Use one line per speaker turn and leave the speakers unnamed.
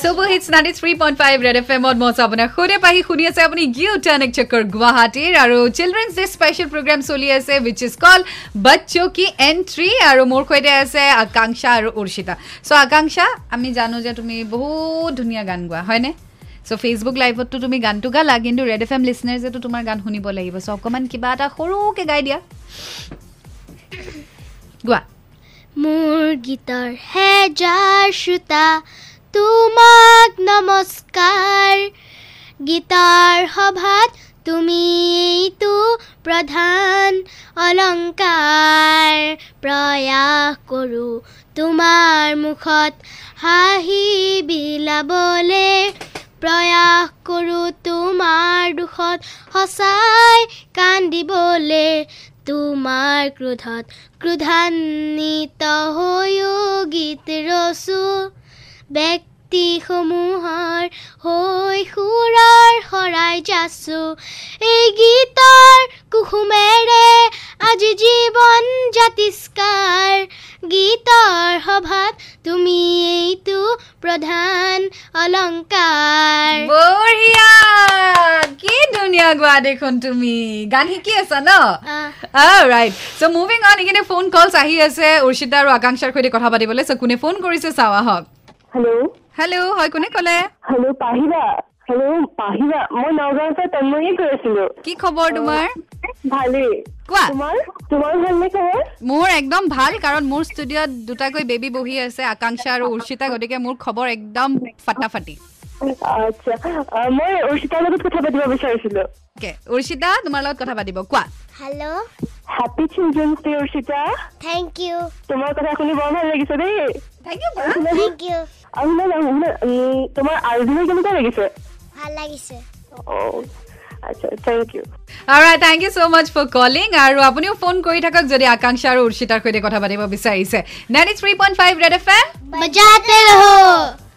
super hits ninety three point five red F এমত মই আছোঁ আপোনাৰ সোধে পাহি শুনি আছে আপুনি গিউ টাৰ্ণ এক চক্কৰ গুৱাহাটীৰ আৰু চিলড্ৰেনছ ডে স্পেচিয়েল প্ৰগ্ৰাম চলি আছে উইচ ইজ কল বাচ্চো কি এণ্ট্ৰি আৰু মোৰ সৈতে আছে আকাংক্ষা আৰু উৰ্ষিতা চ' আকাংক্ষা আমি জানো যে তুমি বহুত ধুনীয়া গান গোৱা হয়নে চ' ফেচবুক লাইভততো তুমি গানটো গালা কিন্তু ৰেড এফ এম লিচনাৰ্ছেতো তোমাৰ গান শুনিব লাগিব চ' অকণমান কিবা এটা সৰুকৈ গাই দিয়া গোৱা
মোৰ গীতৰ হেজাৰ শ্ৰোতা তোমাক নমস্কাৰ গীতৰ সভাত তুমিতো প্ৰধান অলংকাৰ প্ৰয়াস কৰোঁ তোমাৰ মুখত হাঁহি বিলাবলে প্ৰয়াস কৰোঁ তোমাৰ দুখত সঁচাই কান্দিবলে তোমাৰ ক্ৰোধত ক্ৰোধান্বিত হৈও গীত ৰচোঁ ব্যক্তিসমূহৰ হৈ সুৰৰ শৰাই যাচো এই গীতৰ কুসুমেৰে আজি জীৱন জাতিষ্কাৰ গীতৰ সভাত তুমি এইটো প্ৰধান অলংকাৰ
বঢ়িয়া কি ধুনীয়া গোৱা দেখোন তুমি গান শিকি আছা ন
ah,
right so' moving on এইখিনি ফোন কলছ আহি আছে উৰ্ষিতা আৰু আকাংক্ষাৰ সৈতে কথা পাতিবলৈ চ' কোনে ফোন কৰিছে চাওঁ আহক
হেল্ল'
হেল্ল' হয় কোনে ক'লে
হেল্ল' পাহিবা হেল্ল' পাহিবা মই নগাঁৱৰ পৰা তন্ময়ে কৈ আছিলো
কি খবৰ তোমাৰ
ভালেই
কোৱা
তোমাৰ তোমাৰ ভালনে খবৰ
মোৰ একদম ভাল কাৰণ মোৰ ষ্টুডিঅ'ত দুটাকৈ বেবী বহি আছে আকাংক্ষা আৰু উৰ্ষিতা গতিকে মোৰ খবৰ একদম ফাটাফাটি
আচ্ছা আ, মই অৰ্ষিতাৰ লগত কথা পাতিব বিচাৰিছিলো
অ'কে উৰ্ষিতা তোমাৰ লগত কথা পাতিব কোৱা
hello'
happy children's day Arshita
thank you
তোমাৰ কথা শুনি বৰ ভাল লাগিছে দেই
থেংক ইউ
থেংক ইউ
আৰু শুনা না, শুনা, উম, তোমাৰ আৰ্জুনে কেনেকুৱা লাগিছে
ভাল লাগিছে
অঁ, আচ্ছা thank you
alright thank you so' much for calling আৰু আপুনিও ফোন কৰি থাকক যদি আকাংক্ষা আৰু উৰ্ষিতাৰ সৈতে কথা পাতিব বিচাৰিছে ninety three point five red F M
बजाते रहो